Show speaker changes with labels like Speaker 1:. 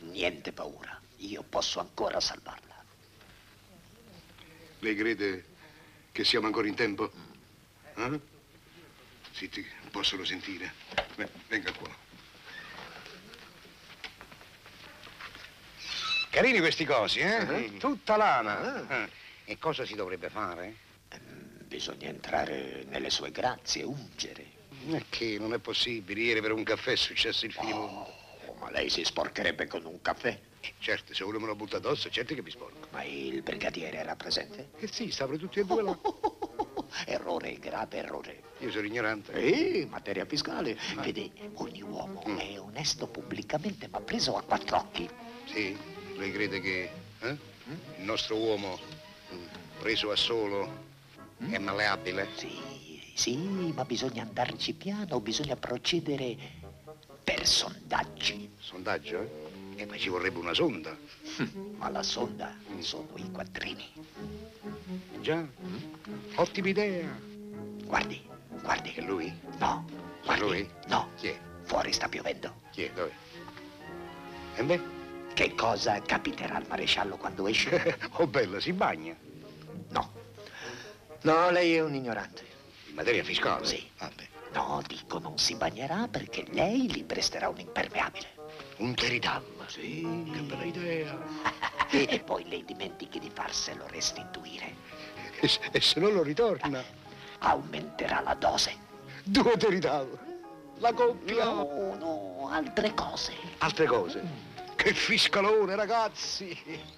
Speaker 1: niente paura, io posso ancora salvarla.
Speaker 2: Lei crede che siamo ancora in tempo? Eh? Zitti, possono sentire. Beh, venga qua.
Speaker 3: Carini questi cosi, eh?
Speaker 2: Sì.
Speaker 3: Tutta lana. Ah. Eh. E cosa si dovrebbe fare?
Speaker 1: Mm, Bisogna entrare nelle sue grazie, ungere.
Speaker 3: È che non è possibile. Ieri per un caffè è successo il finimondo.
Speaker 1: Oh, ma lei si sporcherebbe con un caffè?
Speaker 3: Certo, se uno me lo butta addosso, certo che mi sporco.
Speaker 1: Ma il brigadiere era presente?
Speaker 3: Eh sì, stavano tutti e due là.
Speaker 1: Errore, grave errore. Ah.
Speaker 3: Io sono ignorante.
Speaker 1: Eh, materia fiscale. Vede, ogni uomo è onesto pubblicamente, ma preso a quattro occhi.
Speaker 3: Sì, lei crede che eh? il nostro uomo, mm, preso a solo, è malleabile?
Speaker 1: Sì, sì, ma bisogna andarci piano, bisogna procedere per sondaggi.
Speaker 3: Sondaggio, eh? Eh, ma ci vorrebbe una sonda.
Speaker 1: Ma la sonda sono i quattrini.
Speaker 3: Già, ottima idea.
Speaker 1: Guardi, guardi.
Speaker 3: E lui?
Speaker 1: No, guardi.
Speaker 3: Lui?
Speaker 1: No,
Speaker 3: Chi è?
Speaker 1: fuori sta piovendo.
Speaker 3: Chi è? Dov'è? E beh?
Speaker 1: Che cosa capiterà al maresciallo quando esce?
Speaker 3: Oh bella, si bagna.
Speaker 1: No. No, lei è un ignorante.
Speaker 3: In materia fiscale?
Speaker 1: Sì.
Speaker 3: Vabbè.
Speaker 1: No, dico non si bagnerà perché lei gli presterà un impermeabile.
Speaker 3: Un teridallo. Sì. Che bella idea.
Speaker 1: e poi lei dimentichi di farselo restituire.
Speaker 3: E, se- e se non lo ritorna?
Speaker 1: Aumenterà la dose.
Speaker 3: Due teridalli. La coppia.
Speaker 1: No, no, altre cose.
Speaker 3: Altre cose. Che fiscalone, ragazzi.